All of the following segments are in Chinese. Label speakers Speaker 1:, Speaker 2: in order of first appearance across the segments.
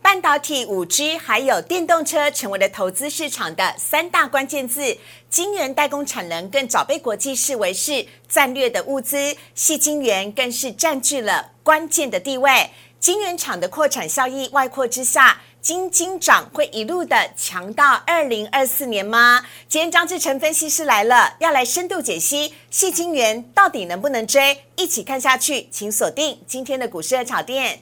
Speaker 1: 半导体、五 G 还有电动车成为了投资市场的三大关键字。晶圆代工产能更早被国际视为是战略的物资，细晶圆更是占据了关键的地位。晶圆厂的扩产效益外扩之下，金晶长会一路的强到二零二四年吗？今天张志成分析师来了，要来深度解析细晶圆到底能不能追，一起看下去，请锁定今天的股市热炒店。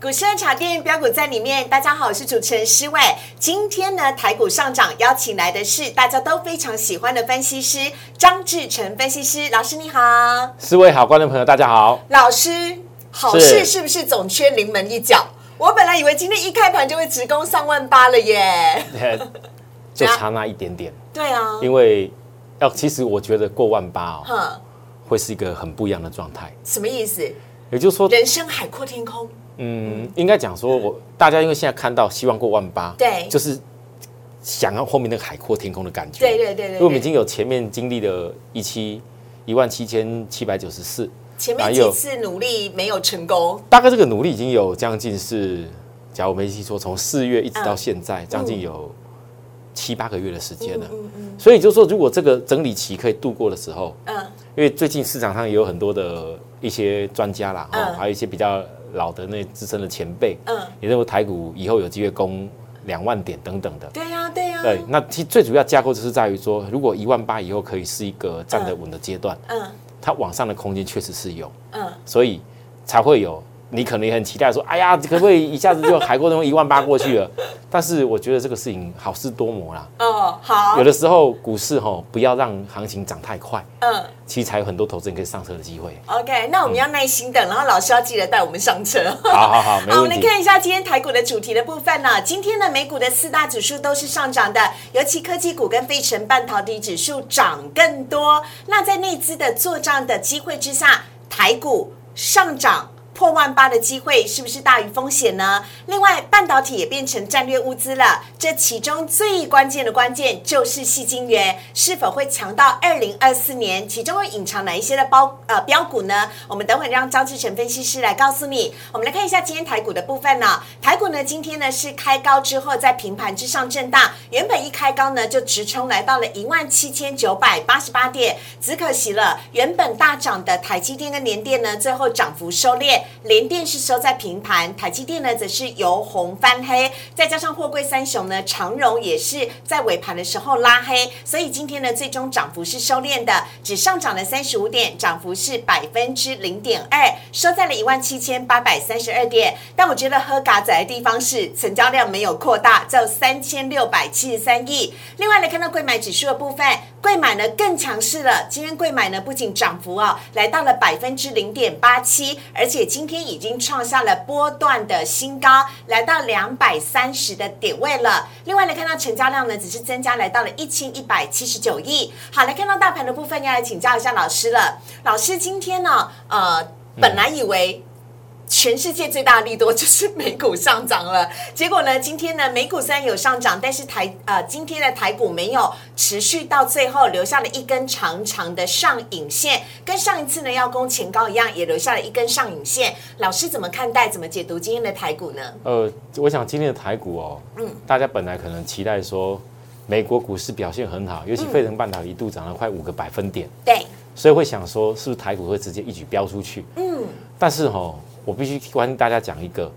Speaker 1: 股市热茶店标股在里面。大家好，我是主持人施伟。今天呢，台股上涨，邀请来的是大家都非常喜欢的分析师张志成分析师老师，你好。
Speaker 2: 四位好，观众朋友大家好。
Speaker 1: 老师，好事
Speaker 2: 是
Speaker 1: 是不是总缺临门一脚？我本来以为今天一开盘就会直攻上万八了耶。
Speaker 2: 就差那一点点，
Speaker 1: 对啊，
Speaker 2: 因为要其实我觉得过万八哦，
Speaker 1: 哼，
Speaker 2: 会是一个很不一样的状态。
Speaker 1: 什么意思？
Speaker 2: 也就是说，
Speaker 1: 人生海阔天空，
Speaker 2: 嗯，应该讲说我大家因为现在看到希望过万八，
Speaker 1: 对
Speaker 2: 就是想要后面那个海阔天空的感觉。
Speaker 1: 对对对对
Speaker 2: 因为我们
Speaker 1: 对
Speaker 2: 已经有前面经历的一期一万七千七百九十四，
Speaker 1: 前
Speaker 2: 哪
Speaker 1: 面几
Speaker 2: 有
Speaker 1: 次努力没有成功，
Speaker 2: 大概这个努力已经有将近是，假如我没记错，从四月一直到现在，将近有
Speaker 1: 嗯
Speaker 2: 七八个月的时间了。所以就说，如果这个整理期可以度过的时候，
Speaker 1: 嗯，
Speaker 2: 因为最近市场上也有很多的一些专家啦，
Speaker 1: 嗯
Speaker 2: 哦，还有一些比较老的那资深的前辈，
Speaker 1: 嗯
Speaker 2: 也认为台股以后有机会攻两万点等等的。
Speaker 1: 对呀、对呀、
Speaker 2: 对，那其实最主要架构就是在于说，如果一万八以后可以是一个站得稳的阶段，
Speaker 1: 嗯
Speaker 2: 它往上的空间确实是有。
Speaker 1: 嗯，
Speaker 2: 所以才会有你可能也很期待说，哎呀，可不可以一下子就海阔天空一万八过去了？ 但是我觉得这个事情好事多磨啦。
Speaker 1: 哦，好
Speaker 2: 有，的时候股市吼、不要让行情涨太快，
Speaker 1: 嗯。
Speaker 2: 其实才有很多投资人可以上车的机会。
Speaker 1: OK，那我们要耐心等，然后老师要记得带我们上车。
Speaker 2: 好好好，没
Speaker 1: 好，我
Speaker 2: 问
Speaker 1: 们来
Speaker 2: 题。
Speaker 1: 看一下今天台股的主题的部分呢、今天呢，美股的四大指数都是上涨的，尤其科技股跟费城半导体指数涨更多。那在内资的做账的机会之下，台股上涨。破万八的机会是不是大于风险呢？另外，半导体也变成战略物资了。这其中最关键的关键就是细晶圆是否会强到二零二四年，其中会隐藏哪一些的包呃标股呢？我们等会让张志成分析师来告诉你。我们来看一下今天台股的部分呢、台股呢今天呢是开高之后在平盘之上震荡，原本一开高呢就直冲来到了一万七千九百八十八点，只可惜了，原本大涨的台积电跟联电呢最后涨幅收敛，联电是收在平盘，台积电呢则是由红翻黑，再加上货柜三雄呢长荣也是在尾盘的时候拉黑，所以今天呢最终涨幅是收敛的，只上涨了三十五点，涨幅是百分之零点二，收在了一万七千八百三十二点。但我觉得喝嘎仔的地方是成交量没有扩大，只有三千六百七十三亿。另外呢，看到贵买指数的部分，贵买呢更强势了。今天贵买呢不仅涨幅哦，来到了百分之零点八七，而且今天已经创下了波段的新高，来到两百三十的点位了。另外呢，看到成交量呢只是增加来到了一千一百七十九亿。好，来看到大盘的部分，要来请教一下老师了。老师今天呢，呃，本来以为全世界最大的利多就是美股上涨了，结果呢，今天呢，美股虽然有上涨，但是台呃今天的台股没有持续到最后，留下了一根长长的上影线，跟上一次呢要攻前高一样，也留下了一根上影线。老师怎么看待、怎么解读今天的台股呢？
Speaker 2: 呃，我想今天的台股哦，
Speaker 1: 嗯
Speaker 2: 大家本来可能期待说美国股市表现很好，尤
Speaker 1: 嗯
Speaker 2: 其费城半导体一度涨了快五个百分点，
Speaker 1: 对，
Speaker 2: 所以会想说是不是台股会直接一举飙出去？
Speaker 1: 嗯，
Speaker 2: 但是哈、我必须跟大家讲一个，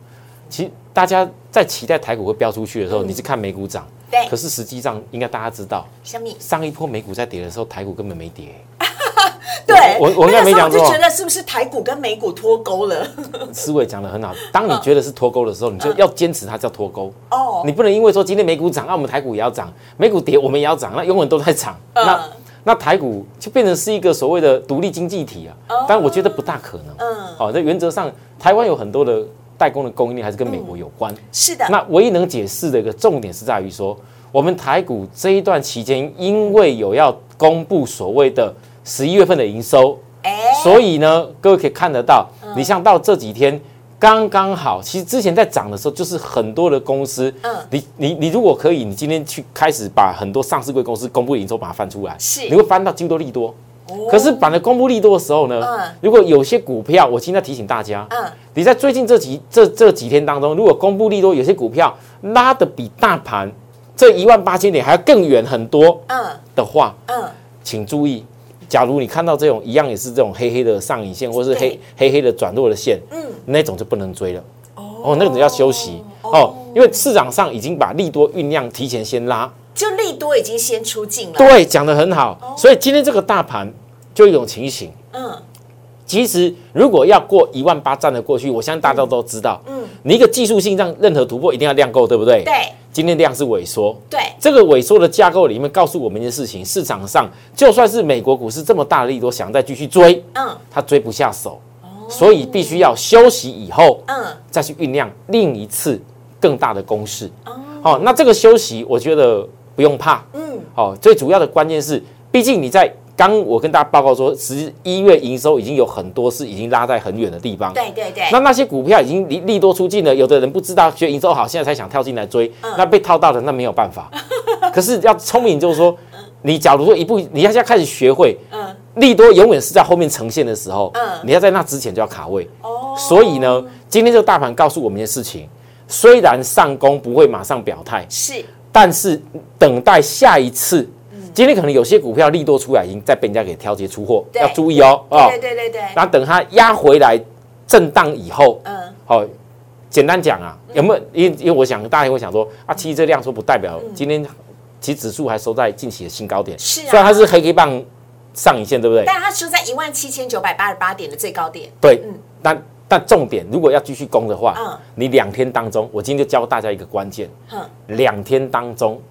Speaker 2: 其实大家在期待台股会飙出去的时候，你是看美股涨，
Speaker 1: 嗯对
Speaker 2: 可是实际上应该大家知道，
Speaker 1: 小米，
Speaker 2: 上一波美股在跌的时候，台股根本没跌，
Speaker 1: 对，
Speaker 2: 我我应该没
Speaker 1: 那个时候
Speaker 2: 讲
Speaker 1: 就
Speaker 2: 错
Speaker 1: 觉得是不是台股跟美股脱钩了？
Speaker 2: 思维讲得很好。当
Speaker 1: 嗯
Speaker 2: 你觉得是脱钩的时候，你就要坚持它叫脱钩。
Speaker 1: 哦，
Speaker 2: 你不能因为说今天美股涨，啊那、我们台股也要涨；美股跌，我们也要涨，那永远都在涨。
Speaker 1: 嗯
Speaker 2: 那那台股就变成是一个所谓的独立经济体啊，但我觉得不大可能。
Speaker 1: 哦嗯
Speaker 2: 哦，在原则上，台湾有很多的代工的供应链还是跟美国有关。
Speaker 1: 是的，
Speaker 2: 那唯一能解释的一个重点是在于说，我们台股这一段期间，因为有要公布所谓的十一月份的营收，
Speaker 1: 哎，嗯
Speaker 2: 所以呢，各位可以看得到，你像到这几天刚刚好。其实之前在涨的时候，就是很多的公司，
Speaker 1: 嗯
Speaker 2: 你你你如果可以，你今天去开始把很多上市贵公司公布营收把它翻出来，
Speaker 1: 是
Speaker 2: 你会翻到几乎都利多。
Speaker 1: 哦
Speaker 2: 可是反而公布利多的时候呢
Speaker 1: 嗯，
Speaker 2: 如果有些股票，我今天提醒大家，
Speaker 1: 嗯
Speaker 2: 你在最近这几这这几天当中，如果公布利多，有些股票拉的比大盘这一万八千点还要更远很多
Speaker 1: 嗯
Speaker 2: 的话，
Speaker 1: 嗯，
Speaker 2: 请注意，假如你看到这种一样也是这种黑黑的上影线，或是黑黑黑的转弱的线，
Speaker 1: 嗯，
Speaker 2: 那种就不能追了。
Speaker 1: 哦
Speaker 2: 哦，那种要休息哦，因为市场上已经把利多酝酿提前先拉。
Speaker 1: 就利多已经先出尽了，
Speaker 2: 对，讲得很好。所以今天这个大盘就有一种情形，
Speaker 1: 嗯
Speaker 2: 其实如果要过一万八站得过去，我相信大家都知道，
Speaker 1: 嗯，
Speaker 2: 你一个技术性让任何突破一定要量够，对不对？。
Speaker 1: 对
Speaker 2: 今天量是萎缩，
Speaker 1: 对，
Speaker 2: 这个萎缩的架构里面告诉我们一件事情：市场上就算是美国股市这么大的利多，想再继续追，
Speaker 1: 嗯
Speaker 2: 它追不下手，
Speaker 1: 哦
Speaker 2: 所以必须要休息以后
Speaker 1: 嗯
Speaker 2: 再去酝酿另一次更大的攻势。好，那这个休息，我觉得不用怕。
Speaker 1: 哦嗯，
Speaker 2: 哦，最主要的关键是，毕竟你在刚我跟大家报告说，十一月营收已经有很多是已经拉在很远的地方。
Speaker 1: 对对对，
Speaker 2: 那那些股票已经利利多出尽了，有的人不知道觉得营收好，现在才想跳进来追，
Speaker 1: 嗯
Speaker 2: 那被套到了，那没有办法。可是要聪明，就是说，你假如说一步，你要现在开始学会，
Speaker 1: 嗯
Speaker 2: 利多永远是在后面呈现的时候，
Speaker 1: 嗯
Speaker 2: 你要在那之前就要卡位。
Speaker 1: 哦，
Speaker 2: 所以呢，今天这个大盘告诉我们一件事情，虽然上攻不会马上表态，
Speaker 1: 是
Speaker 2: 但是等待下一次。
Speaker 1: 嗯
Speaker 2: 今天可能有些股票利多出来，已经在被人家给调节出货，
Speaker 1: 对
Speaker 2: 要注意哦哦
Speaker 1: 对。对对对对，
Speaker 2: 然后等它压回来震荡以后，
Speaker 1: 嗯
Speaker 2: 好、简单讲啊，有没有？因为因为我想大家会想说啊，
Speaker 1: 嗯
Speaker 2: 其实这量缩不代表今天其实指数还收在近期的新高点，
Speaker 1: 是啊
Speaker 2: 虽然它是黑 K 棒上影线，对不对？
Speaker 1: 但它收在一万七千九百八十八点的最高点，
Speaker 2: 对，但但重点，如果要继续攻的话，
Speaker 1: 嗯
Speaker 2: 你两天当中，我今天就教大家一个关键，
Speaker 1: 哼，
Speaker 2: 两天当中，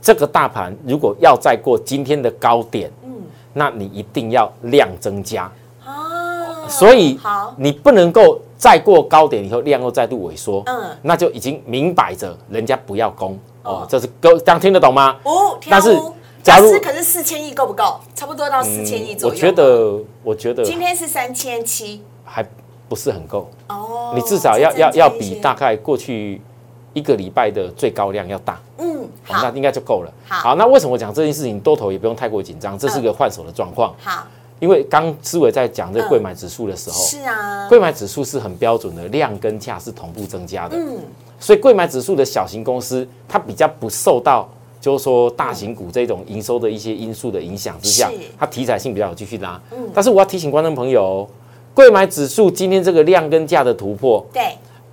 Speaker 2: 这个大盘如果要再过今天的高点，
Speaker 1: 嗯
Speaker 2: 那你一定要量增加，
Speaker 1: 哦，
Speaker 2: 所以
Speaker 1: 好，
Speaker 2: 你不能够再过高点以后量又再度萎缩，
Speaker 1: 嗯
Speaker 2: 那就已经明摆着人家不要攻
Speaker 1: 哦
Speaker 2: 哦，这是各这样听得懂吗？
Speaker 1: 五，
Speaker 2: 但是
Speaker 1: 假
Speaker 2: 假如嗯
Speaker 1: 如可是四千亿够不够？差不多到四千亿左
Speaker 2: 我
Speaker 1: 右。
Speaker 2: 觉得，我觉得
Speaker 1: 今天是三千七
Speaker 2: 还不是很够，
Speaker 1: 哦，
Speaker 2: 你至少要
Speaker 1: 再增
Speaker 2: 要
Speaker 1: 加
Speaker 2: 要
Speaker 1: 一
Speaker 2: 比
Speaker 1: 些
Speaker 2: 大概过去一个礼拜的最高量要大。
Speaker 1: 嗯
Speaker 2: 哦那
Speaker 1: 好
Speaker 2: 应该就够了。
Speaker 1: 好嗯
Speaker 2: 那为什么我讲这件事情，多头也不用太过紧张，这是个换手的状况。
Speaker 1: 好
Speaker 2: 因为刚思伟在讲这个贵买指数的时候，
Speaker 1: 嗯是啊，
Speaker 2: 贵买指数是很标准的量跟价是同步增加的，
Speaker 1: 嗯
Speaker 2: 所以贵买指数的小型公司它比较不受到。就是说，大型股这种营收的一些因素的影响之下
Speaker 1: 是，嗯
Speaker 2: 它题材性比较有继续拉。但是我要提醒观众朋友哦，贵买指数今天这个量跟价的突破，
Speaker 1: 对，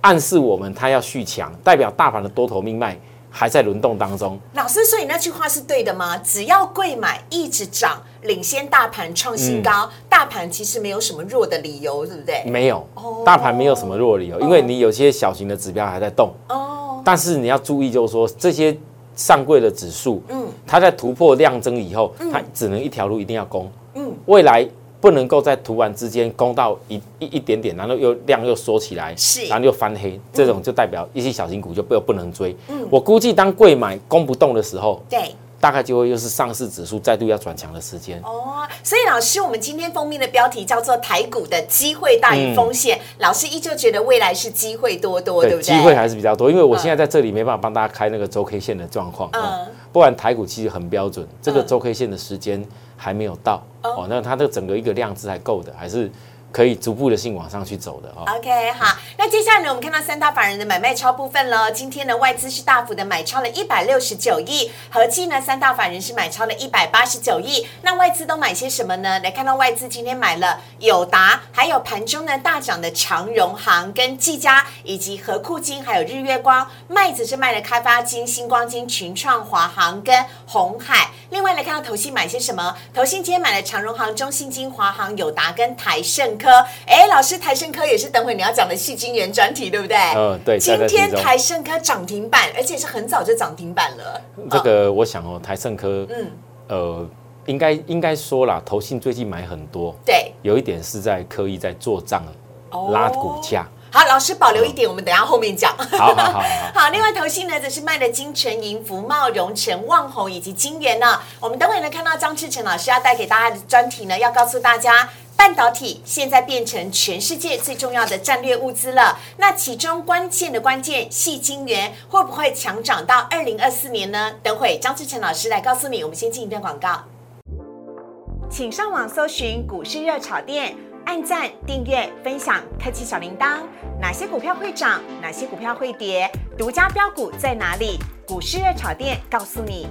Speaker 2: 暗示我们它要续强，代表大盘的多头命脉还在轮动当中。
Speaker 1: 老师，所以那句话是对的吗？只要贵买一直涨，领先大盘创
Speaker 2: 嗯
Speaker 1: 新高，大盘其实没有什么弱的理由，对不对？
Speaker 2: 没有，
Speaker 1: 哦
Speaker 2: 大盘没有什么弱理由，因为你有些小型的指标还在动，
Speaker 1: 哦，
Speaker 2: 但是你要注意，就是说这些上柜的指数，
Speaker 1: 嗯
Speaker 2: 它在突破量增以后，它只能一条路一定要攻，
Speaker 1: 嗯
Speaker 2: 未来不能够在突然之间攻到一一一点点，然后又量又缩起来，
Speaker 1: 是
Speaker 2: 然后又翻黑，这种就代表一些小型股就不不能追。
Speaker 1: 嗯
Speaker 2: 我估计当贵买攻不动的时候，
Speaker 1: 对。
Speaker 2: 大概就会又是上市指数再度要转强的时间。
Speaker 1: 哦，所以老师，我们今天封面的标题叫做“台股的机会大
Speaker 2: 嗯
Speaker 1: 于风险”，老师依旧觉得未来是机会多多，对不
Speaker 2: 机
Speaker 1: 对？
Speaker 2: 会还是比较多，因为我现在在这里没办法帮大家开那个周 K 线的状况啊
Speaker 1: 嗯，
Speaker 2: 不然台股其实很标准，这个周 K 线的时间还没有到哦，那它的整个一个量值还够的，还是可以逐步的性往上去走的哦。
Speaker 1: OK，好，那接下来呢，我们看到三大法人的买卖超部分了。今天呢，外资是大幅的买超了一百六十九亿，合计呢，三大法人是买超了一百八十九亿。那外资都买些什么呢？来看到外资今天买了友达，还有盘中呢大涨的长荣行跟技嘉，以及和库金，还有日月光。卖子是卖了开发金、星光金、群创、华航跟红海。另外呢，看到投信买些什么？投信今天买了长荣行、中信金、华航、友达跟台盛科。哎，老师，台盛科也是等会你要讲的细晶圆专题，对不对？
Speaker 2: 嗯对
Speaker 1: 今
Speaker 2: 在这
Speaker 1: 天
Speaker 2: 其中
Speaker 1: 台盛科涨停板，而且是很早就涨停板了。
Speaker 2: 这
Speaker 1: 嗯
Speaker 2: 个我想哦，台盛科，
Speaker 1: 嗯
Speaker 2: 呃，应该应该说啦，投信最近买很多，
Speaker 1: 对，
Speaker 2: 有一点是在刻意在做账
Speaker 1: 哦
Speaker 2: 拉股价。
Speaker 1: 好，老师保留一点，我们等一下后面讲。
Speaker 2: 好好好好。
Speaker 1: 好，另外投信呢，则是卖了金城银、福茂、荣成、旺宏以及金源呢。我们等会呢，看到张志成老师要带给大家的专题呢，要告诉大家半导体现在变成全世界最重要的战略物资了。那其中关键的关键，细晶圆会不会强涨到二零二四年呢？等会张志成老师来告诉你。我们先进一段广告，请上网搜寻股市热炒店，按赞、订阅、分享，开启小铃铛。哪些股票会涨？哪些股票会跌？独家标股在哪里？股市热炒店告诉你。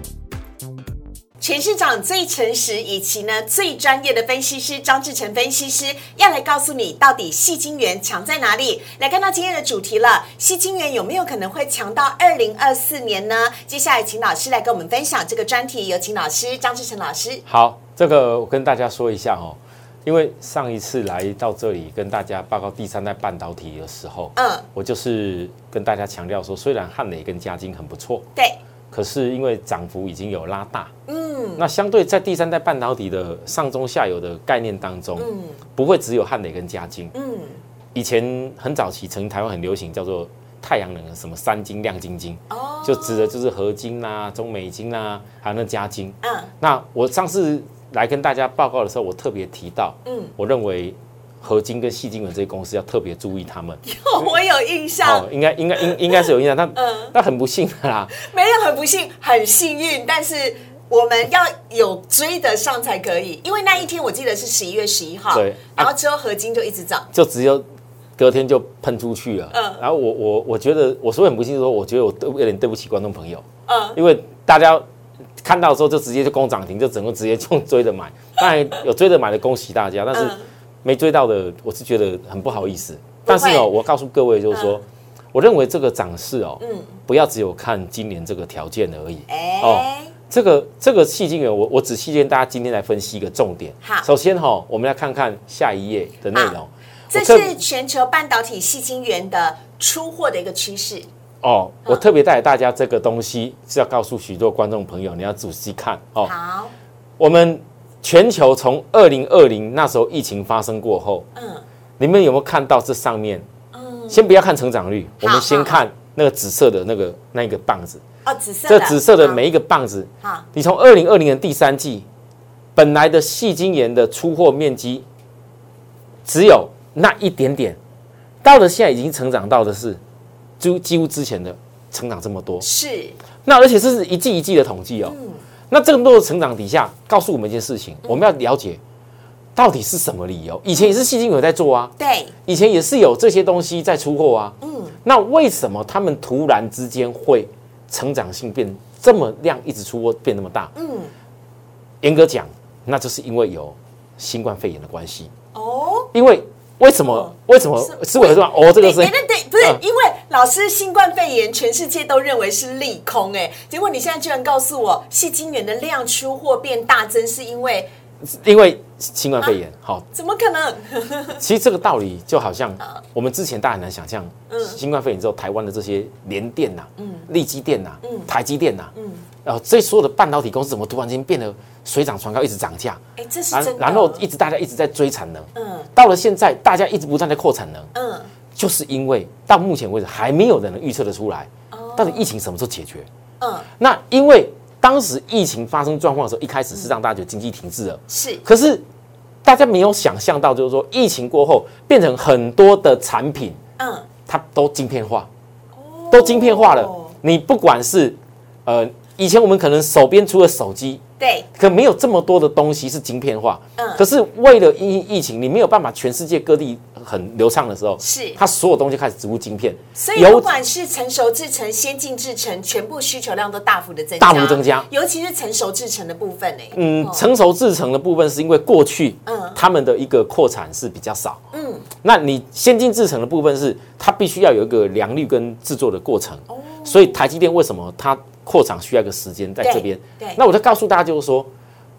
Speaker 1: 全市场最诚实以及呢最专业的分析师张志成分析师要来告诉你，到底细晶圆强在哪里？来看到今天的主题了，细晶圆有没有可能会强到二零二四年呢？接下来请老师来跟我们分享这个专题，有请老师张志成老师。
Speaker 2: 好，这个我跟大家说一下哦，因为上一次来到这里跟大家报告第三代半导体的时候，
Speaker 1: 嗯，
Speaker 2: 我就是跟大家强调说，虽然汉磊跟嘉金很不错，
Speaker 1: 对，
Speaker 2: 可是因为涨幅已经有拉大，
Speaker 1: 嗯
Speaker 2: 那相对在第三代半导体的上中下游的概念当中，
Speaker 1: 嗯
Speaker 2: 不会只有汉磊跟嘉金。
Speaker 1: 嗯，
Speaker 2: 以前很早期，曾经台湾很流行叫做太阳能的什么三金、亮晶晶，
Speaker 1: 哦，
Speaker 2: 就指的就是合金啦、中美金啦、啊还有那嘉金。
Speaker 1: 嗯
Speaker 2: 那我上次来跟大家报告的时候，我特别提到，
Speaker 1: 嗯，
Speaker 2: 我认为合金跟细晶圆这些公司要特别注意他们。
Speaker 1: 我有印象
Speaker 2: 哦，，应该应该应应该是有影响，但
Speaker 1: 嗯，
Speaker 2: 但很不幸的啦，
Speaker 1: 没有很不幸，很幸运，但是我们要有追得上才可以，因为那一天我记得是十一月十一号，
Speaker 2: 对啊
Speaker 1: 然后之后合金就一直涨，
Speaker 2: 就只有隔天就喷出去了。
Speaker 1: 嗯
Speaker 2: 然后我我我觉得我说很不幸说，我觉得我对有点对不起观众朋友，
Speaker 1: 嗯，
Speaker 2: 因为大家看到之后就直接就攻涨停，就整个直接就追着买。当然有追着买的恭喜大家，但是
Speaker 1: 嗯
Speaker 2: 没追到的，我是觉得很不好意思。但是
Speaker 1: 不
Speaker 2: 哦，
Speaker 1: 会
Speaker 2: 我告诉各位就是说，我认为这个涨势哦，
Speaker 1: 嗯
Speaker 2: 不要只有看今年这个条件而已。
Speaker 1: 哎、
Speaker 2: 哦这个这个细晶圆，我我仔细跟大家今天来分析一个重点。
Speaker 1: 好
Speaker 2: 首先哈、我们来看看下一页的内容。
Speaker 1: 这
Speaker 2: 我特
Speaker 1: 是全球半导体细晶圆的出货的一个趋势，
Speaker 2: 哦，我特别带给大家这个东西是要告诉许多观众朋友，你要仔细看哦。
Speaker 1: 好，
Speaker 2: 我们全球从二零二零那时候疫情发生过后，
Speaker 1: 嗯
Speaker 2: 你们有没有看到这上面？
Speaker 1: 嗯，
Speaker 2: 先不要看成长率，我们先
Speaker 1: 好
Speaker 2: 看那个紫色的那个那个棒子，
Speaker 1: 哦，紫色
Speaker 2: 这
Speaker 1: 的，
Speaker 2: 紫色的
Speaker 1: 好
Speaker 2: 每一个棒子，
Speaker 1: 好，
Speaker 2: 你从二零二零年第三季，本来的细晶圆的出货面积只有那一点点，到了现在已经成长到的是，就几乎之前的成长这么多。
Speaker 1: 是，嗯
Speaker 2: 那而且这是一季一季的统计哦。那这么多的成长底下，告诉我们一件事情，我们要了解到底是什么理由。以前也是细晶圆在做啊，
Speaker 1: 对，
Speaker 2: 以前也是有这些东西在出货啊。
Speaker 1: 嗯
Speaker 2: 那为什么他们突然之间会成长性变这么量，一直出货变那么大？
Speaker 1: 嗯，
Speaker 2: 严格讲，那就是因为有新冠肺炎的关系。
Speaker 1: 哦。
Speaker 2: 因为为什么
Speaker 1: 哦？
Speaker 2: 为什么
Speaker 1: 是哎
Speaker 2: 是我说哦，这个是
Speaker 1: 对对对，不是、
Speaker 2: 嗯
Speaker 1: 因为老师新冠肺炎全世界都认为是利空哎、结果你现在居然告诉我细晶圆的量出货变大增是因为
Speaker 2: 因为新冠肺
Speaker 1: 啊
Speaker 2: 炎。好，
Speaker 1: 怎么可能？
Speaker 2: 其实这个道理就好像
Speaker 1: 呃
Speaker 2: 我们之前大家很难想象，
Speaker 1: 嗯
Speaker 2: 新冠肺炎之后，台湾的这些联电呐、力积电呐、
Speaker 1: 嗯
Speaker 2: 台积电呐、然后这所有的半导体公司怎么突然间变得水涨船高，一直涨价，
Speaker 1: 哎、这是真
Speaker 2: 然
Speaker 1: 的。
Speaker 2: 然后一直大家一直在追产能，
Speaker 1: 嗯
Speaker 2: 到了现在大家一直不断在扩产能，
Speaker 1: 嗯
Speaker 2: 就是因为到目前为止还没有人能预测得出来，
Speaker 1: 哦
Speaker 2: 到底疫情什么时候解决？
Speaker 1: 嗯，
Speaker 2: 那因为当时疫情发生状况的时候，一开始是让大家觉得经济停滞了，
Speaker 1: 是
Speaker 2: 可是大家没有想象到，就是说疫情过后变成很多的产品
Speaker 1: 嗯
Speaker 2: 它都晶片化，
Speaker 1: 哦
Speaker 2: 都晶片化了。你不管是呃，以前我们可能手边除了手机，
Speaker 1: 对
Speaker 2: 可没有这么多的东西是晶片化
Speaker 1: 嗯。
Speaker 2: 可是为了因疫情，你没有办法全世界各地很流畅的时候，
Speaker 1: 是
Speaker 2: 它所有东西开始植入晶片，
Speaker 1: 所以
Speaker 2: 有
Speaker 1: 不管是成熟制程、先进制程，全部需求量都大幅的增加，
Speaker 2: 大幅增加
Speaker 1: 尤其是成熟制程的部分哎、
Speaker 2: 嗯，
Speaker 1: 哦
Speaker 2: 成熟制成的部分是因为过去，
Speaker 1: 嗯
Speaker 2: 他们的一个扩产是比较少，
Speaker 1: 嗯，
Speaker 2: 那你先进制成的部分是它必须要有一个良率跟制作的过程，
Speaker 1: 哦
Speaker 2: 所以台积电为什么它扩产需要一个时间在这边
Speaker 1: 对对？
Speaker 2: 那我就告诉大家就是说，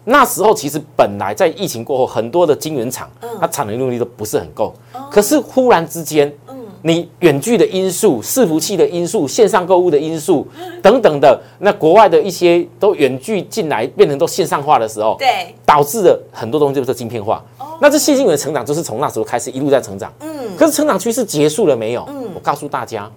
Speaker 2: 那时候其实本来在疫情过后，很多的晶圆厂
Speaker 1: 嗯
Speaker 2: 它产能用力都不是很够，
Speaker 1: 哦
Speaker 2: 可是忽然之间，
Speaker 1: 嗯
Speaker 2: 你远距的因素、伺服器的因素、线上购物的因素
Speaker 1: 嗯
Speaker 2: 等等的，那国外的一些都远距进来，变成都线上化的时候，
Speaker 1: 对哦
Speaker 2: 导致了很多东西就是晶片化。那这细晶
Speaker 1: 嗯
Speaker 2: 圆的成长就是从那时候开始一路在成长。嗯，可是成长趋势结束了没有？我告诉大家，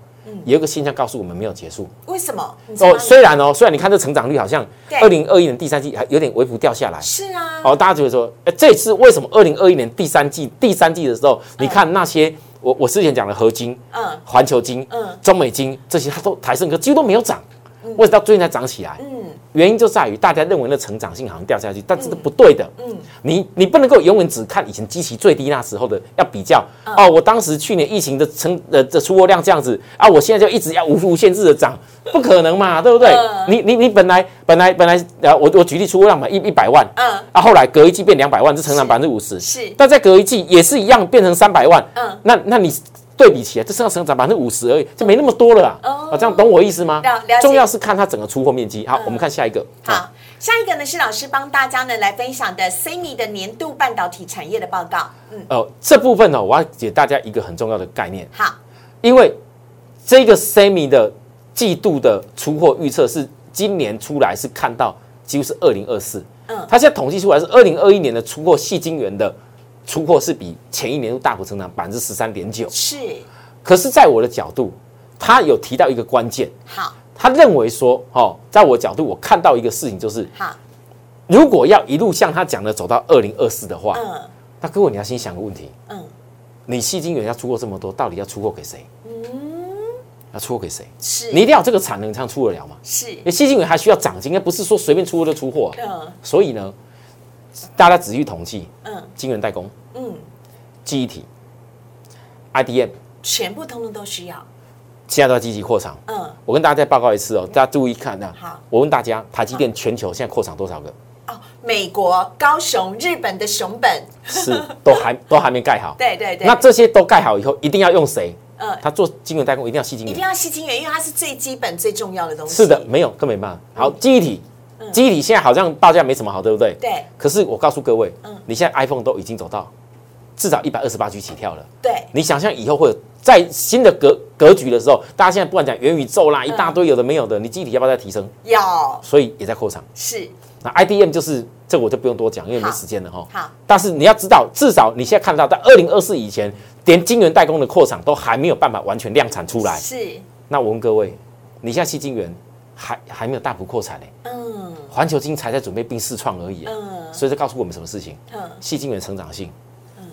Speaker 2: 有一个现象告诉我们没有结束。
Speaker 1: 为什么？你知道
Speaker 2: 哦，
Speaker 1: 吗
Speaker 2: 虽然哦，虽然你看这成长率好像
Speaker 1: 对
Speaker 2: 二零二一年第三季还有点微幅掉下来，
Speaker 1: 是啊，
Speaker 2: 哦，大家就会说，哎，这次为什么二零二一年第三季第三季的时候，你看那些我我之前讲的合金、
Speaker 1: 嗯
Speaker 2: 环球金、
Speaker 1: 嗯
Speaker 2: 中美金这些，它都台盛科几乎都没有涨，为什么到最近才涨起来？
Speaker 1: 嗯
Speaker 2: 原因就在于大家认为那成长性好像掉下去，但这是不对的。
Speaker 1: 嗯，
Speaker 2: 你你不能够永远只看以前基期最低那时候的，要比较
Speaker 1: 嗯
Speaker 2: 哦。我当时去年疫情的成呃的出货量这样子啊，我现在就一直要无无限制的涨，不可能嘛，对不对
Speaker 1: 嗯？
Speaker 2: 你你你本来本来本来呃，我我举例出货量嘛，一一百万，
Speaker 1: 嗯
Speaker 2: 啊，后来隔一季变两百万，是成长百分之五十，
Speaker 1: 是
Speaker 2: 但在隔一季也是一样变成三百万，
Speaker 1: 嗯
Speaker 2: 那那你。对比起来，这剩下成长百分之五十而已，就没那么多了啊！
Speaker 1: 哦
Speaker 2: 啊，这样懂我意思吗
Speaker 1: 了了解？嗯
Speaker 2: 重要是看它整个出货面积。好，我们看下一个。啊
Speaker 1: 好，下一个呢是老师帮大家呢来分享的 CMI 的年度半导体产业的报告。嗯，
Speaker 2: 呃，这部分呢，我要给大家一个很重要的概念。
Speaker 1: 好，
Speaker 2: 因为这个 semi 的季度的出货预测是今年出来是看到几乎是二零二四，
Speaker 1: 嗯
Speaker 2: 它现在统计出来是二零二一年的出货细晶圆的出货是比前一年度大幅成长百分之十三点九，
Speaker 1: 是
Speaker 2: 可是在我的角度，他有提到一个关键，
Speaker 1: 好，
Speaker 2: 他认为说，哦，在我角度我看到一个事情就是，
Speaker 1: 好，
Speaker 2: 如果要一路像他讲的走到二零二四的话，
Speaker 1: 嗯
Speaker 2: 那各位你要先想个问题，
Speaker 1: 嗯，
Speaker 2: 你细晶圆要出货这么多，到底要出货给谁？要出货给谁？
Speaker 1: 嗯是
Speaker 2: 你一定要有这个产能，才能出得了嘛。
Speaker 1: 是
Speaker 2: 因为细晶圆还需要涨金，应该不是说随便出货就出货啊、
Speaker 1: 嗯
Speaker 2: 所以呢，大家仔细统计，
Speaker 1: 嗯
Speaker 2: 晶圆代工、
Speaker 1: 嗯，
Speaker 2: 记忆体、IDM，
Speaker 1: 全部通通都需要。
Speaker 2: 现在都要积极扩厂。
Speaker 1: 嗯
Speaker 2: 我跟大家再报告一次哦，大家注意看啊。
Speaker 1: 好
Speaker 2: 我问大家，台积电全球现在扩厂多 少个？
Speaker 1: 哦，美国高雄、日本的熊本，
Speaker 2: 是都还都还没盖好。
Speaker 1: 对对对，
Speaker 2: 那这些都盖好以后，一定要用谁？
Speaker 1: 嗯
Speaker 2: 他做晶圆代工一定要细晶
Speaker 1: 一
Speaker 2: 圆
Speaker 1: 定。要吸金源，因为它是最基本最重要的东西。
Speaker 2: 是的，，没有，根本没办
Speaker 1: 嗯
Speaker 2: 法。好，记忆体，记忆体现在好像报价没什么好，对不对？
Speaker 1: 对。
Speaker 2: 可是我告诉各位
Speaker 1: 嗯，
Speaker 2: 你现在 iPhone 都已经走到至少一百二十八 G 起跳了，
Speaker 1: 对，
Speaker 2: 你想象以后会有在新的格格局的时候，大家现在不管讲元宇宙
Speaker 1: 嗯
Speaker 2: 啦，一大堆有的没有的，你记忆体要不要再提升？
Speaker 1: 要
Speaker 2: 所以也在扩厂。
Speaker 1: 是
Speaker 2: 那 IDM 就是这个我就不用多讲，因为没
Speaker 1: 好
Speaker 2: 时间了哈。
Speaker 1: 好，
Speaker 2: 但是你要知道，至少你现在看到，在二零二四以前，连晶圆代工的扩厂都还没有办法完全量产出来。
Speaker 1: 是
Speaker 2: 那我问各位，你现在西晶圆还还没有大幅扩产呢、
Speaker 1: 嗯
Speaker 2: 环球金才在准备并试创而已、
Speaker 1: 嗯
Speaker 2: 所以这告诉我们什么事情？
Speaker 1: 嗯
Speaker 2: 细晶圆成长性，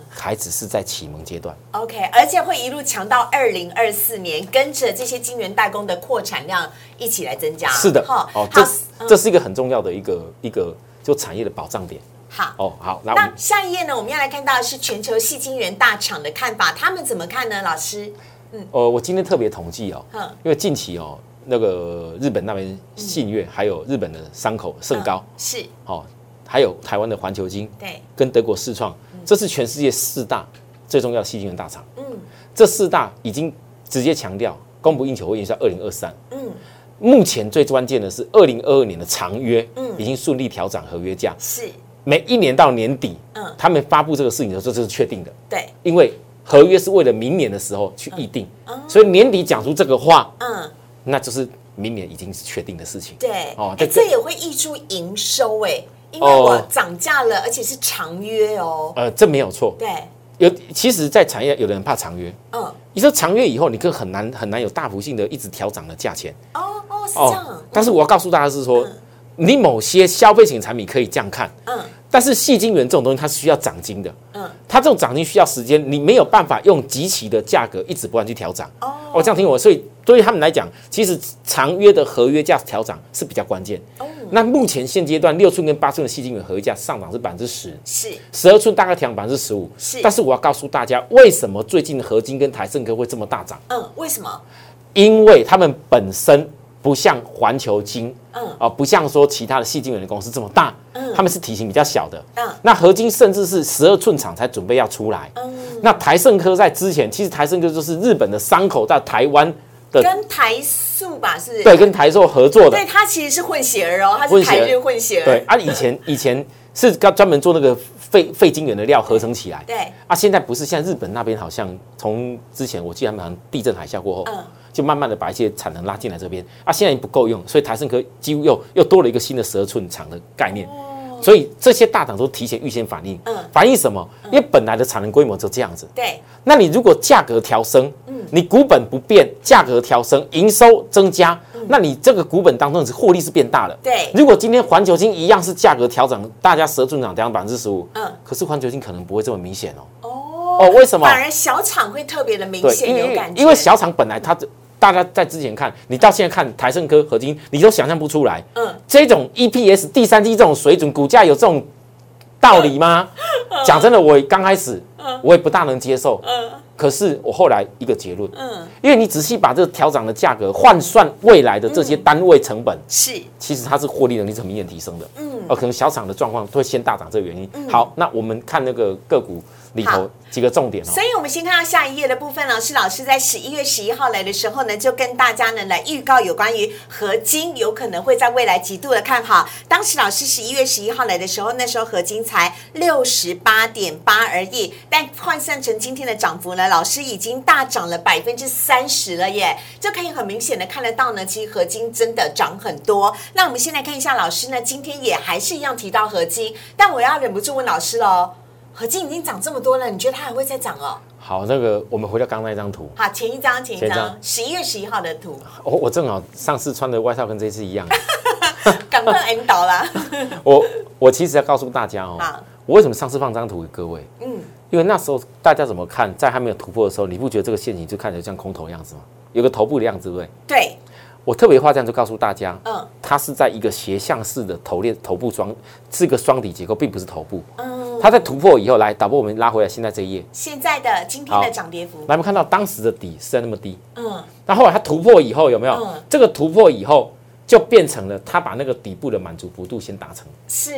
Speaker 2: 还只是在启蒙阶段。
Speaker 1: ，OK，而且会一路强到二零二四年，跟着这些晶圆代工的扩产量一起来增加。
Speaker 2: 是的，
Speaker 1: 哈，好嗯
Speaker 2: 哦，，这这是一个很重要的一个一个就产业的保障点。
Speaker 1: 好。
Speaker 2: 哦，好，那我
Speaker 1: 那
Speaker 2: 们
Speaker 1: 下一页呢？我们要来看到的是全球细晶圆大厂的看法，他们怎么看呢？老师，
Speaker 2: 呃，我今天特别统计哦
Speaker 1: 嗯，
Speaker 2: 因为近期哦，那个日本那边信越还有日本的山口盛高
Speaker 1: 嗯是
Speaker 2: 哦，还有台湾的环球金
Speaker 1: 对，
Speaker 2: 跟德国视创，这是全世界四大最重要的细晶圆大厂。
Speaker 1: 嗯
Speaker 2: 这四大已经直接强调供不应求会影响二零二三。
Speaker 1: 嗯，
Speaker 2: 目前最关键的是，二零二二年的长约，
Speaker 1: 嗯
Speaker 2: 已经顺利调整合约价，
Speaker 1: 是，
Speaker 2: 每一年到年底，
Speaker 1: 嗯
Speaker 2: 他们发布这个事情的时候，这是确定的，
Speaker 1: 对，
Speaker 2: 因为合约是为了明年的时候去议定，
Speaker 1: 哦
Speaker 2: 所以年底讲出这个话，
Speaker 1: 嗯
Speaker 2: 那就是明年已经是确定的事情。
Speaker 1: 对，
Speaker 2: 哦
Speaker 1: 哎
Speaker 2: 这
Speaker 1: 这也会溢出营收哎，因为
Speaker 2: 哦
Speaker 1: 我涨价了，而且是长约哦，
Speaker 2: 呃，这没有错。
Speaker 1: 对，
Speaker 2: 有，其实，在产业有的人怕长约，
Speaker 1: 嗯，
Speaker 2: 你说长约以后，你更很难很难有大幅性的一直调涨的价钱。
Speaker 1: 哦哦，是这样，
Speaker 2: 但是我要告诉大家是说，你某些消费型产品可以这样看，
Speaker 1: 嗯
Speaker 2: 但是细晶圆这种东西它是需要涨金的，
Speaker 1: 嗯，
Speaker 2: 它这种涨金需要时间，你没有办法用极其的价格一直不断去调涨。
Speaker 1: 哦
Speaker 2: 这样听我，所以对于他们来讲，其实长约的合约价调涨是比较关键。
Speaker 1: 哦，
Speaker 2: 那目前现阶段六寸跟八寸的细晶圆合约价上涨是百分之十。
Speaker 1: 是
Speaker 2: 十二寸大概调百分之十五，
Speaker 1: 是
Speaker 2: 但是我要告诉大家，为什么最近合金跟台盛科会这么大涨？
Speaker 1: 嗯，为什么？
Speaker 2: 因为他们本身不像环球金，
Speaker 1: 嗯
Speaker 2: 啊、不像说其他的细晶圆的公司这么大，
Speaker 1: 嗯
Speaker 2: 他们是体型比较小的，
Speaker 1: 嗯
Speaker 2: 那合金甚至是十二寸厂才准备要出来，
Speaker 1: 嗯，
Speaker 2: 那台盛科在之前，其实台盛科就是日本的山口在台湾的
Speaker 1: 跟台塑吧，是不是？
Speaker 2: 对跟台塑合作的
Speaker 1: 对，，它其实是混血儿哦，它是
Speaker 2: 混血
Speaker 1: 台日混血儿，
Speaker 2: 对啊，以前以前是专专门做那个废废晶圆的料合成起来，
Speaker 1: 对
Speaker 2: 啊，现在不是，现在日本那边好像从之前我记得他们好像地震海啸过后，
Speaker 1: 嗯
Speaker 2: 就慢慢的把一些产能拉进来这边，啊，现在已经不够用，所以台盛科几乎又又多了一个新的十二寸厂的概念，所以这些大厂都提前预先反应，反映什么？因为本来的产能规模就这样子，
Speaker 1: 对，
Speaker 2: 那你如果价格调升，
Speaker 1: 嗯
Speaker 2: 你股本不变，价格调升，营收增加，那你这个股本当中是获利是变大了。
Speaker 1: 嗯对
Speaker 2: 如果今天环球金一样是价格调整，大家蛇准涨调百分之十五，
Speaker 1: 嗯
Speaker 2: 可是环球金可能不会这么明显哦。
Speaker 1: 哦，
Speaker 2: 哦，为什么？
Speaker 1: 反而小厂会特别的明
Speaker 2: 对，
Speaker 1: 显
Speaker 2: 因
Speaker 1: 有
Speaker 2: 为
Speaker 1: 感觉，
Speaker 2: 因为小厂本来它大家在之前看，你到现在看台盛科、合金，你都想象不出来。
Speaker 1: 嗯，
Speaker 2: 这种 EPS 第三季这种水准，股价有这种道理吗？
Speaker 1: 嗯
Speaker 2: 讲真的，我刚开始我也不大能接受。嗯，可是我后来一个结论，
Speaker 1: 嗯
Speaker 2: 因为你仔细把这个调涨的价格换算未来的这些
Speaker 1: 嗯
Speaker 2: 单位成本，
Speaker 1: 是
Speaker 2: 其实它是获利能力是很明显提升的。嗯，哦，可能小厂的状况会先大涨，这个原因。好，那我们看那个个股里
Speaker 1: 嗯好
Speaker 2: 头几个重点哦。
Speaker 1: 所以，我们先看到下一页的部分，老师老师在十一月十一号来的时候呢，就跟大家呢来预告有关于合金有可能会在未来极度的看好。当时老师十一月十一号来的时候，那时候合金才六十八点八而已，但换算成今天的涨幅呢，老师已经大涨了百分之三十了耶，就可以很明显的看得到呢，其实合金真的涨很多。那我们先来看一下老师呢，今天也还是一样提到合金，但我要忍不住问老师喽。合金已经涨这么多了，你觉得它还会再涨哦？
Speaker 2: 好，那个我们回到刚刚那张图。
Speaker 1: 好，前一张，前一
Speaker 2: 前一
Speaker 1: 张
Speaker 2: 张，
Speaker 1: 十一月十一号的图，
Speaker 2: 我我正好上次穿的外套跟这次一样，
Speaker 1: 赶快 N 导啦。
Speaker 2: 我我其实要告诉大家哦
Speaker 1: 好，
Speaker 2: 我为什么上次放张图给各位？
Speaker 1: 嗯
Speaker 2: 嗯，因为那时候大家怎么看，在还没有突破的时候，你不觉得这个陷阱就看起来像空头的样子吗？有个头部的样子，对不对？
Speaker 1: 对，
Speaker 2: 我特别画这样就告诉大家，
Speaker 1: 嗯
Speaker 2: 它是在一个斜向式的头链头部双是个双底结构，并不是头部。
Speaker 1: 嗯，
Speaker 2: 它在突破以后，来导播我们拉回来，现在这一页，
Speaker 1: 现在的今天的
Speaker 2: 好
Speaker 1: 涨跌幅，
Speaker 2: 来我们看到当时的底是在那么低，
Speaker 1: 嗯，
Speaker 2: 那后来它突破以后有没有
Speaker 1: 嗯？
Speaker 2: 这个突破以后就变成了它把那个底部的满足幅度先达成。
Speaker 1: 是，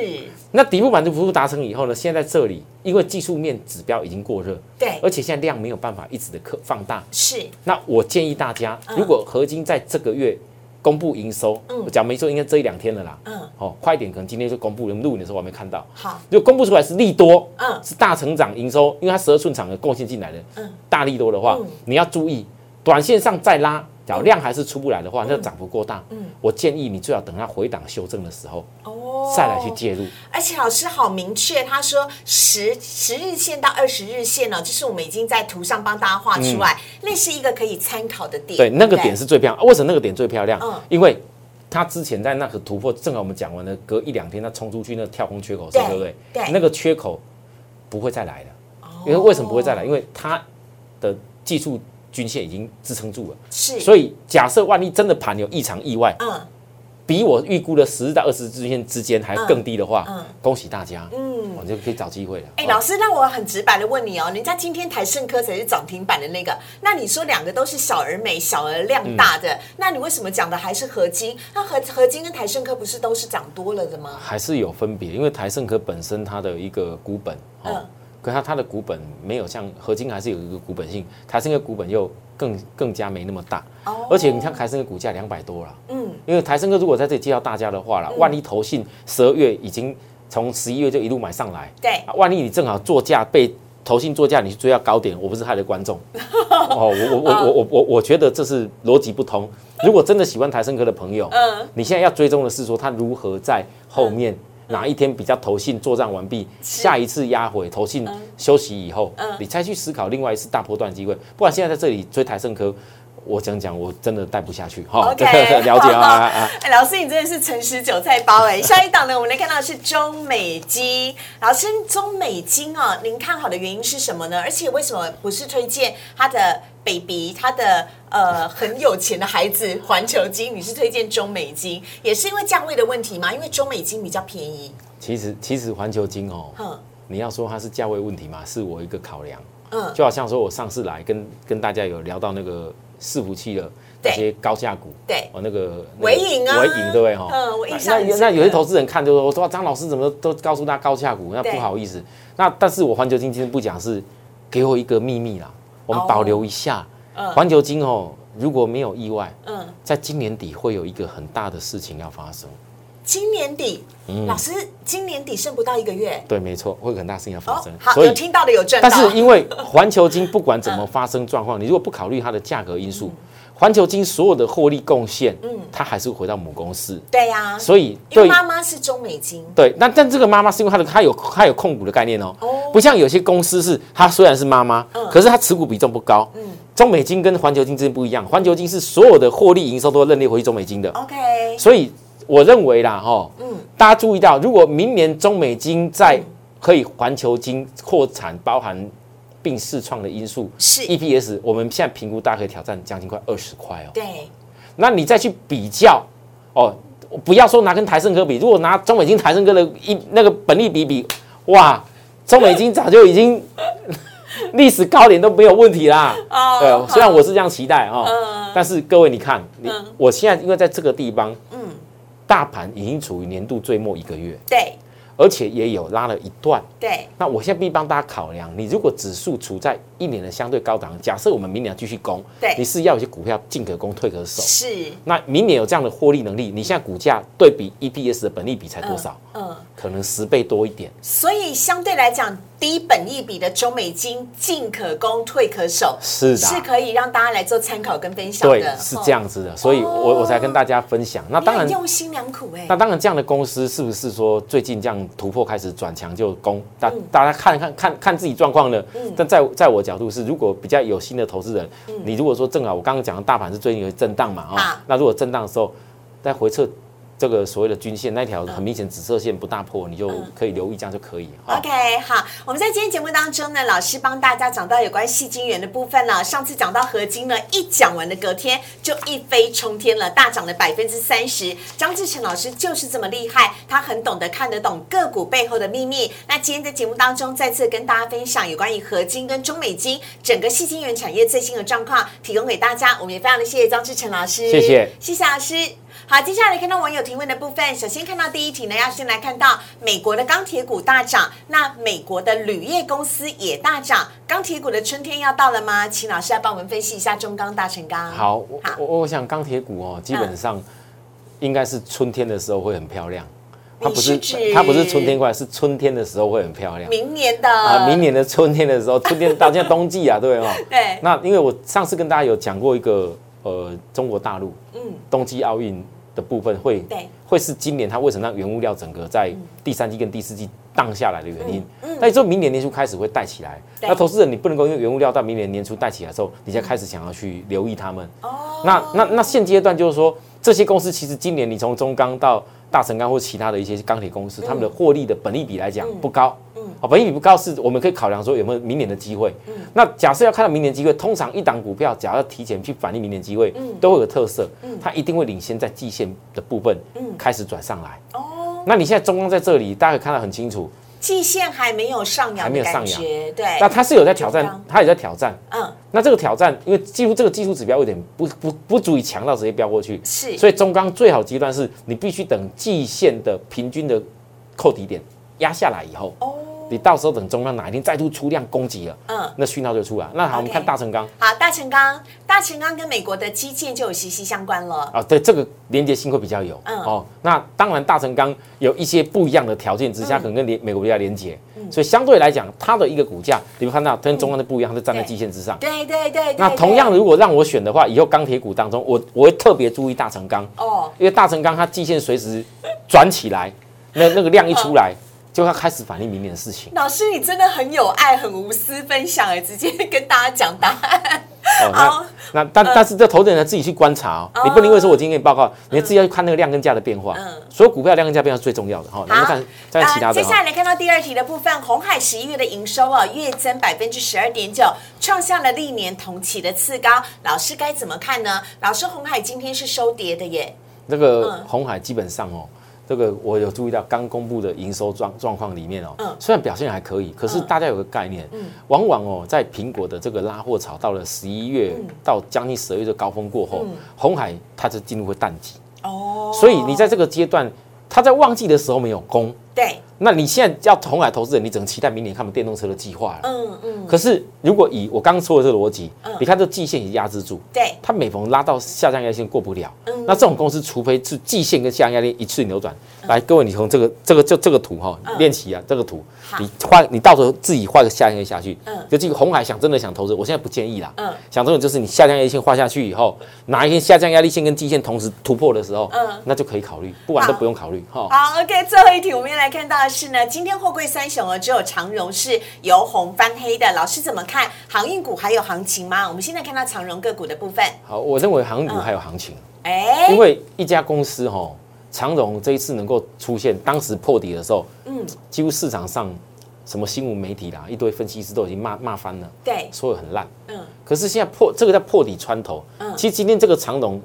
Speaker 2: 那底部满足幅度达成以后呢，现在这里因为技术面指标已经过热，
Speaker 1: 对
Speaker 2: 而，且现在量没有办法一直的可放大。
Speaker 1: 是，
Speaker 2: 那我建议大家，
Speaker 1: 嗯
Speaker 2: 如果合金在这个月公布营收，我讲没错，应该这一两天了啦，
Speaker 1: 嗯，
Speaker 2: 哦，快一点，可能今天就公布了，我们录影的时候我还没看到。
Speaker 1: 好，
Speaker 2: 如果公布出来是利多，
Speaker 1: 嗯
Speaker 2: 是大成长营收，因为它十二寸厂的贡献进来的，
Speaker 1: 嗯
Speaker 2: 大利多的话，
Speaker 1: 嗯
Speaker 2: 你要注意，短线上再拉，假如量还是出不来的话，
Speaker 1: 嗯
Speaker 2: 那涨幅过大，我建议你最好等它回档修正的时候，
Speaker 1: 哦
Speaker 2: 再来去介入。
Speaker 1: 而且老师好明确，他说十十日线到二十日线呢、就是我们已经在图上帮大家画出来，那是一个可以参考的点。
Speaker 2: 嗯对，那个
Speaker 1: 不
Speaker 2: 点是最漂亮。啊为什么那个点最漂亮？
Speaker 1: 嗯
Speaker 2: 因为它之前在那个突破，正好我们讲完了，隔一两天它冲出去那个跳空缺口是，
Speaker 1: 对
Speaker 2: 对不对？
Speaker 1: 对哦
Speaker 2: 那个缺口不会再来了。因为为什么不会再来？因为它的技术均线已经支撑住了。
Speaker 1: 是，
Speaker 2: 所
Speaker 1: 以，
Speaker 2: 以假设万一真的盘有异常意外，
Speaker 1: 嗯，
Speaker 2: 比我预估的十日到二十日均线之间还更低的话，
Speaker 1: 嗯嗯
Speaker 2: 恭喜大家，嗯，我就可以找机会了。
Speaker 1: 哎、
Speaker 2: 哦
Speaker 1: 老师，那我很直白的问你哦，人家今天台盛科才是涨停板的那个，那你说两个都是小而美、小而量大的，那你为什么讲的还是合金？那合合金跟台盛科不是都是涨多了的吗？
Speaker 2: 还是有分别，因为台盛科本身它的一个股本，哦，
Speaker 1: 嗯
Speaker 2: 可它它的股本没有像合金还是有一个股本性，台盛科股本又更更加没那么大，
Speaker 1: 哦
Speaker 2: 而且你看台盛科股价两百多了，
Speaker 1: 嗯，
Speaker 2: 因为台盛科如果在这里介绍大家的话啦，万一投信十二月已经从十一月就一路买上来，
Speaker 1: 对
Speaker 2: 啊万一你正好做价被投信做价，你去追到高点，我不是害了观众哦，我我
Speaker 1: 啊
Speaker 2: 我我我我我觉得这是逻辑不通。如果真的喜欢台盛科的朋友，
Speaker 1: 嗯
Speaker 2: 你现在要追踪的是说它如何在后面哪一天比较投信作战完毕，下一次压回投
Speaker 1: 嗯
Speaker 2: 信休息以后，你再去思考另外一次大波段机会，不然现在在这里追台盛科。我讲讲，我真的带不下去哈，
Speaker 1: OK
Speaker 2: 这个 了解啊啊啊！
Speaker 1: 哎，老师，你真的是诚实韭菜包哎、下一档呢，我们来看到的是中美金。老师，中美金哦，您看好的原因是什么呢？而且为什么不是推荐他的 baby，他的呃很有钱的孩子环球金，你是推荐中美金？也是因为价位的问题吗？因为中美金比较便宜。
Speaker 2: 其实其实环球金哦，
Speaker 1: 哼，
Speaker 2: 你要说它是价位问题嘛，是我一个考量。
Speaker 1: 嗯
Speaker 2: 就好像说我上次来跟跟大家有聊到那个伺服器的
Speaker 1: 对
Speaker 2: 那些高价股，
Speaker 1: 对
Speaker 2: 哦那个那个
Speaker 1: 微影啊
Speaker 2: 微影对不对哈？哦
Speaker 1: 嗯我印象
Speaker 2: 那
Speaker 1: 很深
Speaker 2: 那
Speaker 1: 刻
Speaker 2: 那有些投资人看就说，说张老师怎么都告诉他高价股，那
Speaker 1: 对
Speaker 2: 不好意思。那但是我环球金今天不讲，是给我一个秘密啦，我们
Speaker 1: 哦
Speaker 2: 保留一下。
Speaker 1: 嗯
Speaker 2: 环球金哦，如果没有意外，
Speaker 1: 嗯，
Speaker 2: 在今年底会有一个很大的事情要发生。
Speaker 1: 今年底，
Speaker 2: 嗯
Speaker 1: 老师今年底剩不到一个月
Speaker 2: 对，没错，会有很大事情要发
Speaker 1: 哦
Speaker 2: 生。。
Speaker 1: 好，有听到的有赚到。嗯
Speaker 2: 但是因为环球金不管怎么发生状况，你如果不考虑它的价格因素，环球金所有的获利贡献，嗯，它还是回到母公司。
Speaker 1: 对呀，
Speaker 2: 所以
Speaker 1: 嗯因为
Speaker 2: 对
Speaker 1: 妈妈是中美金，
Speaker 2: 对，那但这个妈妈是因为她的她有她有控股的概念哦，不像有些公司是她虽然是妈妈，
Speaker 1: 嗯
Speaker 2: 可是她持股比重不高。中美金跟环球金之间不一样，环球金是所有的获利营收都认列回去中美金的，
Speaker 1: OK，
Speaker 2: 所以我认为啦，哈，大家注意到，如果明年中美金在可以环球金扩产，包含并视创的因素
Speaker 1: 是
Speaker 2: ，EPS，我们现在评估大概可以挑战将近快二十块哦。
Speaker 1: 对，
Speaker 2: 那你再去比较哦，不要说拿跟台盛科比，如果拿中美金台盛科的一那个本利比比，哇，中美金早就已经历史高点都没有问题啦。
Speaker 1: 哦嗯
Speaker 2: 对，啊虽然我是这样期待哦，但是各位你看，你我现在因为在这个地方，嗯，大盘已经处于年度最末一个月，
Speaker 1: 对
Speaker 2: 而且也有拉了一段。
Speaker 1: 对，
Speaker 2: 那我现在必须帮大家考量，你如果指数处在一年的相对高档，假设我们明年要继续攻，
Speaker 1: 对
Speaker 2: 你是要有些股票进可攻退可守，
Speaker 1: 是，
Speaker 2: 那明年有这样的获利能力，你现在股价对比 EPS 的本利比才多少？
Speaker 1: 嗯，
Speaker 2: 可能十倍多一点。
Speaker 1: 所以相对来讲，低本益比的中美金进可攻，退可守，
Speaker 2: 是的
Speaker 1: 是可以让大家来做参考跟分享
Speaker 2: 对
Speaker 1: 的，，
Speaker 2: 是
Speaker 1: 哦
Speaker 2: 这。样子的，所以我我才跟大家分享。那
Speaker 1: 你
Speaker 2: 当然
Speaker 1: 很，用心良苦哎
Speaker 2: 那，当然这样的公司是不是说最近这样突破开始转强就攻？大
Speaker 1: 嗯
Speaker 2: 大家看看看看自己状况呢？但在在我角度是，如果比较有心的投资人，你如果说正好我刚刚讲的大盘是最近有震荡嘛
Speaker 1: 嗯啊
Speaker 2: 啊，那如果震荡的时候再回撤。这个所谓的均线那条很明显紫色线不大破，你就可以留意，这样就可以。啊
Speaker 1: 嗯 OK，好，我们在今天节目当中呢，老师帮大家讲到有关细晶元的部分了。上次讲到合金呢，一讲完的隔天就一飞冲天了，大涨了百分之三十。张志成老师就是这么厉害，他很懂得看得懂个股背后的秘密。那今天在节目当中再次跟大家分享有关于合金跟中美金整个细晶元产业最新的状况，提供给大家。我们也非常的谢谢张志成老师，
Speaker 2: 谢谢
Speaker 1: 谢谢老师。好，接下来看到网友提问的部分，首先看到第一题呢，要先来看到美国的钢铁股大涨，那美国的铝业公司也大涨，钢铁股的春天要到了吗？请老师来帮我们分析一下中钢、大成钢。
Speaker 2: 好，我
Speaker 1: 好
Speaker 2: 我我想钢铁股哦，基本上应该是春天的时候会很漂亮。它不
Speaker 1: 你
Speaker 2: 是
Speaker 1: 是指
Speaker 2: 它不是春天过来，是春天的时候会很漂亮
Speaker 1: 明年的
Speaker 2: 啊！明年的春天的时 候，春天到现在冬季啊，对哦。
Speaker 1: 对
Speaker 2: 那因为我上次跟大家有讲过一个呃，中国大陆
Speaker 1: 嗯
Speaker 2: 冬季奥运的部分会
Speaker 1: 对
Speaker 2: 会是今年它为什么让原物料整个在第三季跟第四季荡下来的原因
Speaker 1: 嗯嗯。
Speaker 2: 那也就明年年初开始会带起来。
Speaker 1: 对
Speaker 2: 那投资人你不能够因为原物料到明年年初带起来的时候，你才开始想要去留意它们。
Speaker 1: 哦，
Speaker 2: 那那那现阶段就是说，这些公司其实今年你从中钢到大成钢或其他的一些钢铁公司，
Speaker 1: 嗯
Speaker 2: 他们的获利的本利比来讲不高，嗯，啊，本利比不高是我们可以考量说有没有明年的机会。那假设要看到明年机会，通常一档股票假如要提前去反映明年机会，都会有特色，它一定会领先在季线的部分开始转上来。
Speaker 1: 哦，
Speaker 2: 那你现在中钢在这里，大家可以看得很清楚，
Speaker 1: 季线还没有上扬
Speaker 2: 还
Speaker 1: 的
Speaker 2: 没有
Speaker 1: 感
Speaker 2: 上扬
Speaker 1: 觉，
Speaker 2: 那
Speaker 1: 对，
Speaker 2: 它是有在挑
Speaker 1: 中钢
Speaker 2: 战，它也在挑战。
Speaker 1: 嗯，
Speaker 2: 那这个挑战，因为技术这个技术指标有点不不不足以强到直接飙过去，
Speaker 1: 是
Speaker 2: 所以中钢最好阶段是你必须等季线的平均的扣底点压下来以后，
Speaker 1: 哦，
Speaker 2: 你到时候等中钢哪一天再度出量攻击了，
Speaker 1: 嗯。
Speaker 2: 那讯号就出来。那好，我们
Speaker 1: OK
Speaker 2: 看大成钢
Speaker 1: 好，大成钢，大成钢跟美国的基建就有息息相关了。
Speaker 2: 啊，对这个连接性会比较有
Speaker 1: 嗯
Speaker 2: 哦。那当然，大成钢有一些不一样的条件之
Speaker 1: 嗯
Speaker 2: 下，可能跟连美国比较连接，所以相对来讲，它的一个股价你会看到跟中钢的不一样，它是站在
Speaker 1: 对
Speaker 2: 季线之上。
Speaker 1: 嗯对对对对，
Speaker 2: 那
Speaker 1: 对
Speaker 2: 同样，如果让我选的话，以后钢铁股当中，我我会特别注意大成钢。
Speaker 1: 哦，
Speaker 2: 因为大成钢它季线随时转起来，那那个量一出来，
Speaker 1: 嗯
Speaker 2: 就要开始反映明年的事情。
Speaker 1: 老师，你真的很有爱，很无私分享哎，直接跟大家讲答案。
Speaker 2: 哦，
Speaker 1: 好呃
Speaker 2: 那那但但是这投资人要自己去观察哦，你不能因为说我今天给你报告，你要自己要去看那个量跟价的变化
Speaker 1: 哦嗯。呃
Speaker 2: 所有股票量跟价变化是最重要的哈。然后看再看其他的哦
Speaker 1: 接下
Speaker 2: 哈。
Speaker 1: 来来看到第二题的部分，红海十一月的营收哦，月增百分之十二点九，创下了历年同期的次高。老师该怎么看呢？老师，红海今天是收跌的耶。
Speaker 2: 这个
Speaker 1: 嗯
Speaker 2: 红海基本上哦。这个我有注意到，刚公布的营收状状况里面哦
Speaker 1: 嗯，
Speaker 2: 虽然表现还可以，可是大家有个概念，往往哦，在苹果的这个拉货潮到了十一月
Speaker 1: 嗯
Speaker 2: 到将近十二月的高峰过后，红海它就进入会淡季，
Speaker 1: 哦，
Speaker 2: 所以你在这个阶段，他在旺季的时候没有攻，
Speaker 1: 对，
Speaker 2: 那你现在要同海投资人，你只能期待明年他们电动车的计划了。
Speaker 1: 嗯嗯，
Speaker 2: 可是如果以我刚刚说的这个逻辑，你看这季线已经压制住，
Speaker 1: 对，
Speaker 2: 它每逢拉到下降压线过不了，
Speaker 1: 嗯
Speaker 2: 那这种公司，除非是季线跟下压力一次扭转。
Speaker 1: 嗯
Speaker 2: 来，各位，你从这个这个就这个图哈、练习啊，这个图
Speaker 1: 好
Speaker 2: 你画，你到时候自己画个下压力下去。
Speaker 1: 嗯
Speaker 2: 就这个红海想真的想投资，我现在不建议啦。
Speaker 1: 嗯
Speaker 2: 想这种就是你下降压力线画下去以后，哪一天下降压力线跟季线同时突破的时候，
Speaker 1: 嗯
Speaker 2: 那就可以考虑，不然
Speaker 1: 好
Speaker 2: 都不用考虑哈。
Speaker 1: 好，OK，最后一题我们要来看到的是呢，今天货柜三雄哦，只有长荣是由红翻黑的，老师怎么看航运股还有行情吗？我们现在看到长荣个股的部分，
Speaker 2: 好，我认为航运股还有行情。
Speaker 1: 哎、
Speaker 2: 因为一家公司哈、长荣这一次能够出现当时破底的时候，
Speaker 1: 嗯，
Speaker 2: 几乎市场上什么新闻媒体啦，一堆分析师都已经骂骂翻了，
Speaker 1: 对，
Speaker 2: 说得很烂。
Speaker 1: 哎嗯
Speaker 2: 可是现在破这个叫破底穿头，
Speaker 1: 嗯
Speaker 2: 其实今天这个长荣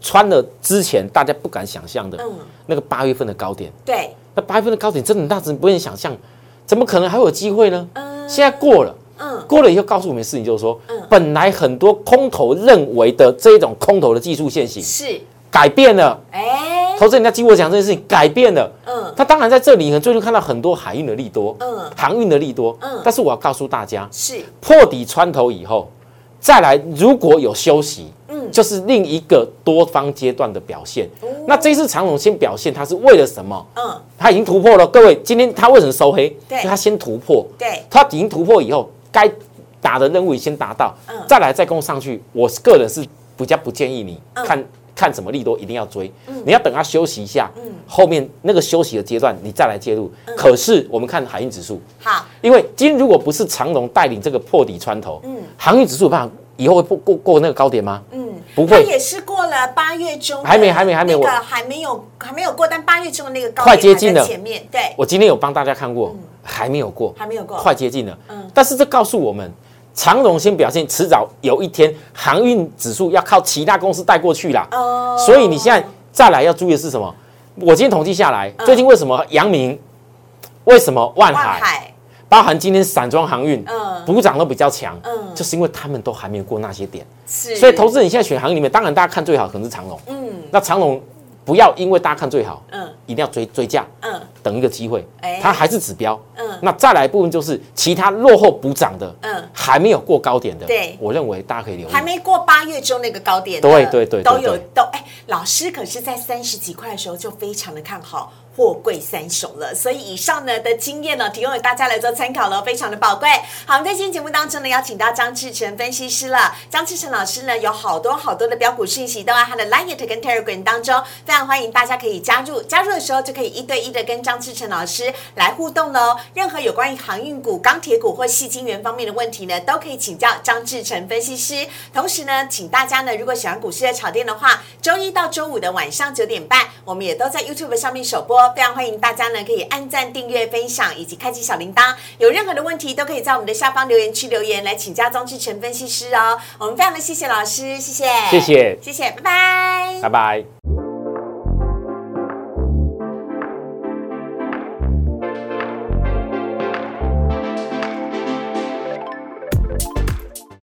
Speaker 2: 穿了之前大家不敢想象的
Speaker 1: 嗯，
Speaker 2: 那个八月份的高点，
Speaker 1: 对，
Speaker 2: 那八月份的高点真的大致不愿想象，怎么可能还有机会呢？
Speaker 1: 嗯
Speaker 2: 现在过了。
Speaker 1: 嗯
Speaker 2: 过了以后，告诉我们的事情就是说
Speaker 1: 嗯，
Speaker 2: 本来很多空头认为的这种空头的技术线型
Speaker 1: 是，
Speaker 2: 改变了，
Speaker 1: 哎、
Speaker 2: 投资人家经过讲这件事情改变了。
Speaker 1: 嗯
Speaker 2: 他当然在这里，很最近看到很多海运的利多，
Speaker 1: 嗯
Speaker 2: 航运的利多
Speaker 1: 嗯。
Speaker 2: 但是我要告诉大家，
Speaker 1: 是，
Speaker 2: 破底穿头以后，再来如果有休息，
Speaker 1: 嗯
Speaker 2: 就是另一个多方阶段的表现
Speaker 1: 哦。
Speaker 2: 那这一次长龙先表现，它是为了什么？
Speaker 1: 嗯
Speaker 2: 它已经突破了。各位，今天它为什么收黑？
Speaker 1: 对
Speaker 2: 因为它先突破，
Speaker 1: 对，
Speaker 2: 它已经突破以后，该打的任务已先达到
Speaker 1: 嗯，
Speaker 2: 再来再攻上去。我个人是比较不建议你
Speaker 1: 嗯
Speaker 2: 看看什么利多一定要追，你要等它休息一下，
Speaker 1: 嗯
Speaker 2: 后面那个休息的阶段你再来介入。可是我们看海运指数，
Speaker 1: 好，
Speaker 2: 因为今天如果不是长荣带领这个破底穿头，航运指数有办法以后会过过过那个高点吗？
Speaker 1: 嗯，
Speaker 2: 不
Speaker 1: 它
Speaker 2: 会，
Speaker 1: 也是过了八月中的，
Speaker 2: 还没还没还没
Speaker 1: 那
Speaker 2: 我
Speaker 1: 个还没有还没有过，但八月中的那个高
Speaker 2: 快
Speaker 1: 点
Speaker 2: 接
Speaker 1: 还
Speaker 2: 近
Speaker 1: 在
Speaker 2: 了
Speaker 1: 前面对，
Speaker 2: 我今天有帮大家看过，
Speaker 1: 嗯
Speaker 2: 还没有过，
Speaker 1: 还没有过
Speaker 2: 快接近了。
Speaker 1: 嗯
Speaker 2: 但是这告诉我们，长荣先表现，迟早有一天航运指数要靠其他公司带过去啦。
Speaker 1: 哦嗯
Speaker 2: 所以你现在再来要注意的是什么？我今天统计下来，最近为什么阳明，为什么万
Speaker 1: 万
Speaker 2: 海，
Speaker 1: 海，
Speaker 2: 包含今天散装航运
Speaker 1: 嗯
Speaker 2: 补涨都比较强
Speaker 1: 嗯，
Speaker 2: 就是因为他们都还没有过那些点。
Speaker 1: 是，
Speaker 2: 所以投资人现在选行业里面，当然大家看最好可能是长荣，
Speaker 1: 嗯
Speaker 2: 那长荣不要因为大家看最好，
Speaker 1: 嗯
Speaker 2: 一定要追追价。
Speaker 1: 嗯
Speaker 2: 等一个机会
Speaker 1: 哎，
Speaker 2: 它还是指标。
Speaker 1: 嗯
Speaker 2: 那再来一部分就是其他落后补涨的，
Speaker 1: 嗯，
Speaker 2: 还没有过高点的，
Speaker 1: 对
Speaker 2: 我认为大家可以留意
Speaker 1: 还。没过八月中那个高点的，
Speaker 2: 对对对对
Speaker 1: 都有
Speaker 2: 对
Speaker 1: 都哎，老师可是在三十几块的时候就非常的看好货柜三雄了，所以以上呢的经验呢，提供给大家来做参考了，非常的宝贵。好，我们在今天节目当中呢，邀请到张志成分析师了。张志成老师呢，有好多好多的标股讯息都在他的 Line 跟 Telegram 当中，非常欢迎大家可以加入，加入的时候就可以一对一的跟张志成老师来互动喽。任何有关于航运股、钢铁股或细晶圆方面的问题呢，都可以请教张志成分析师。同时呢，请大家呢，如果喜欢股市的炒店的话，周一到周五的晚上九点半，我们也都在 YouTube 上面首播，非常欢迎大家呢可以按赞、订阅、分享以及开启小铃铛。有任何的问题都可以在我们的下方留言区留言来请教张志成分析师哦。我们非常的谢谢老师，谢谢，
Speaker 2: 谢谢
Speaker 1: 谢谢，拜拜
Speaker 2: 拜拜。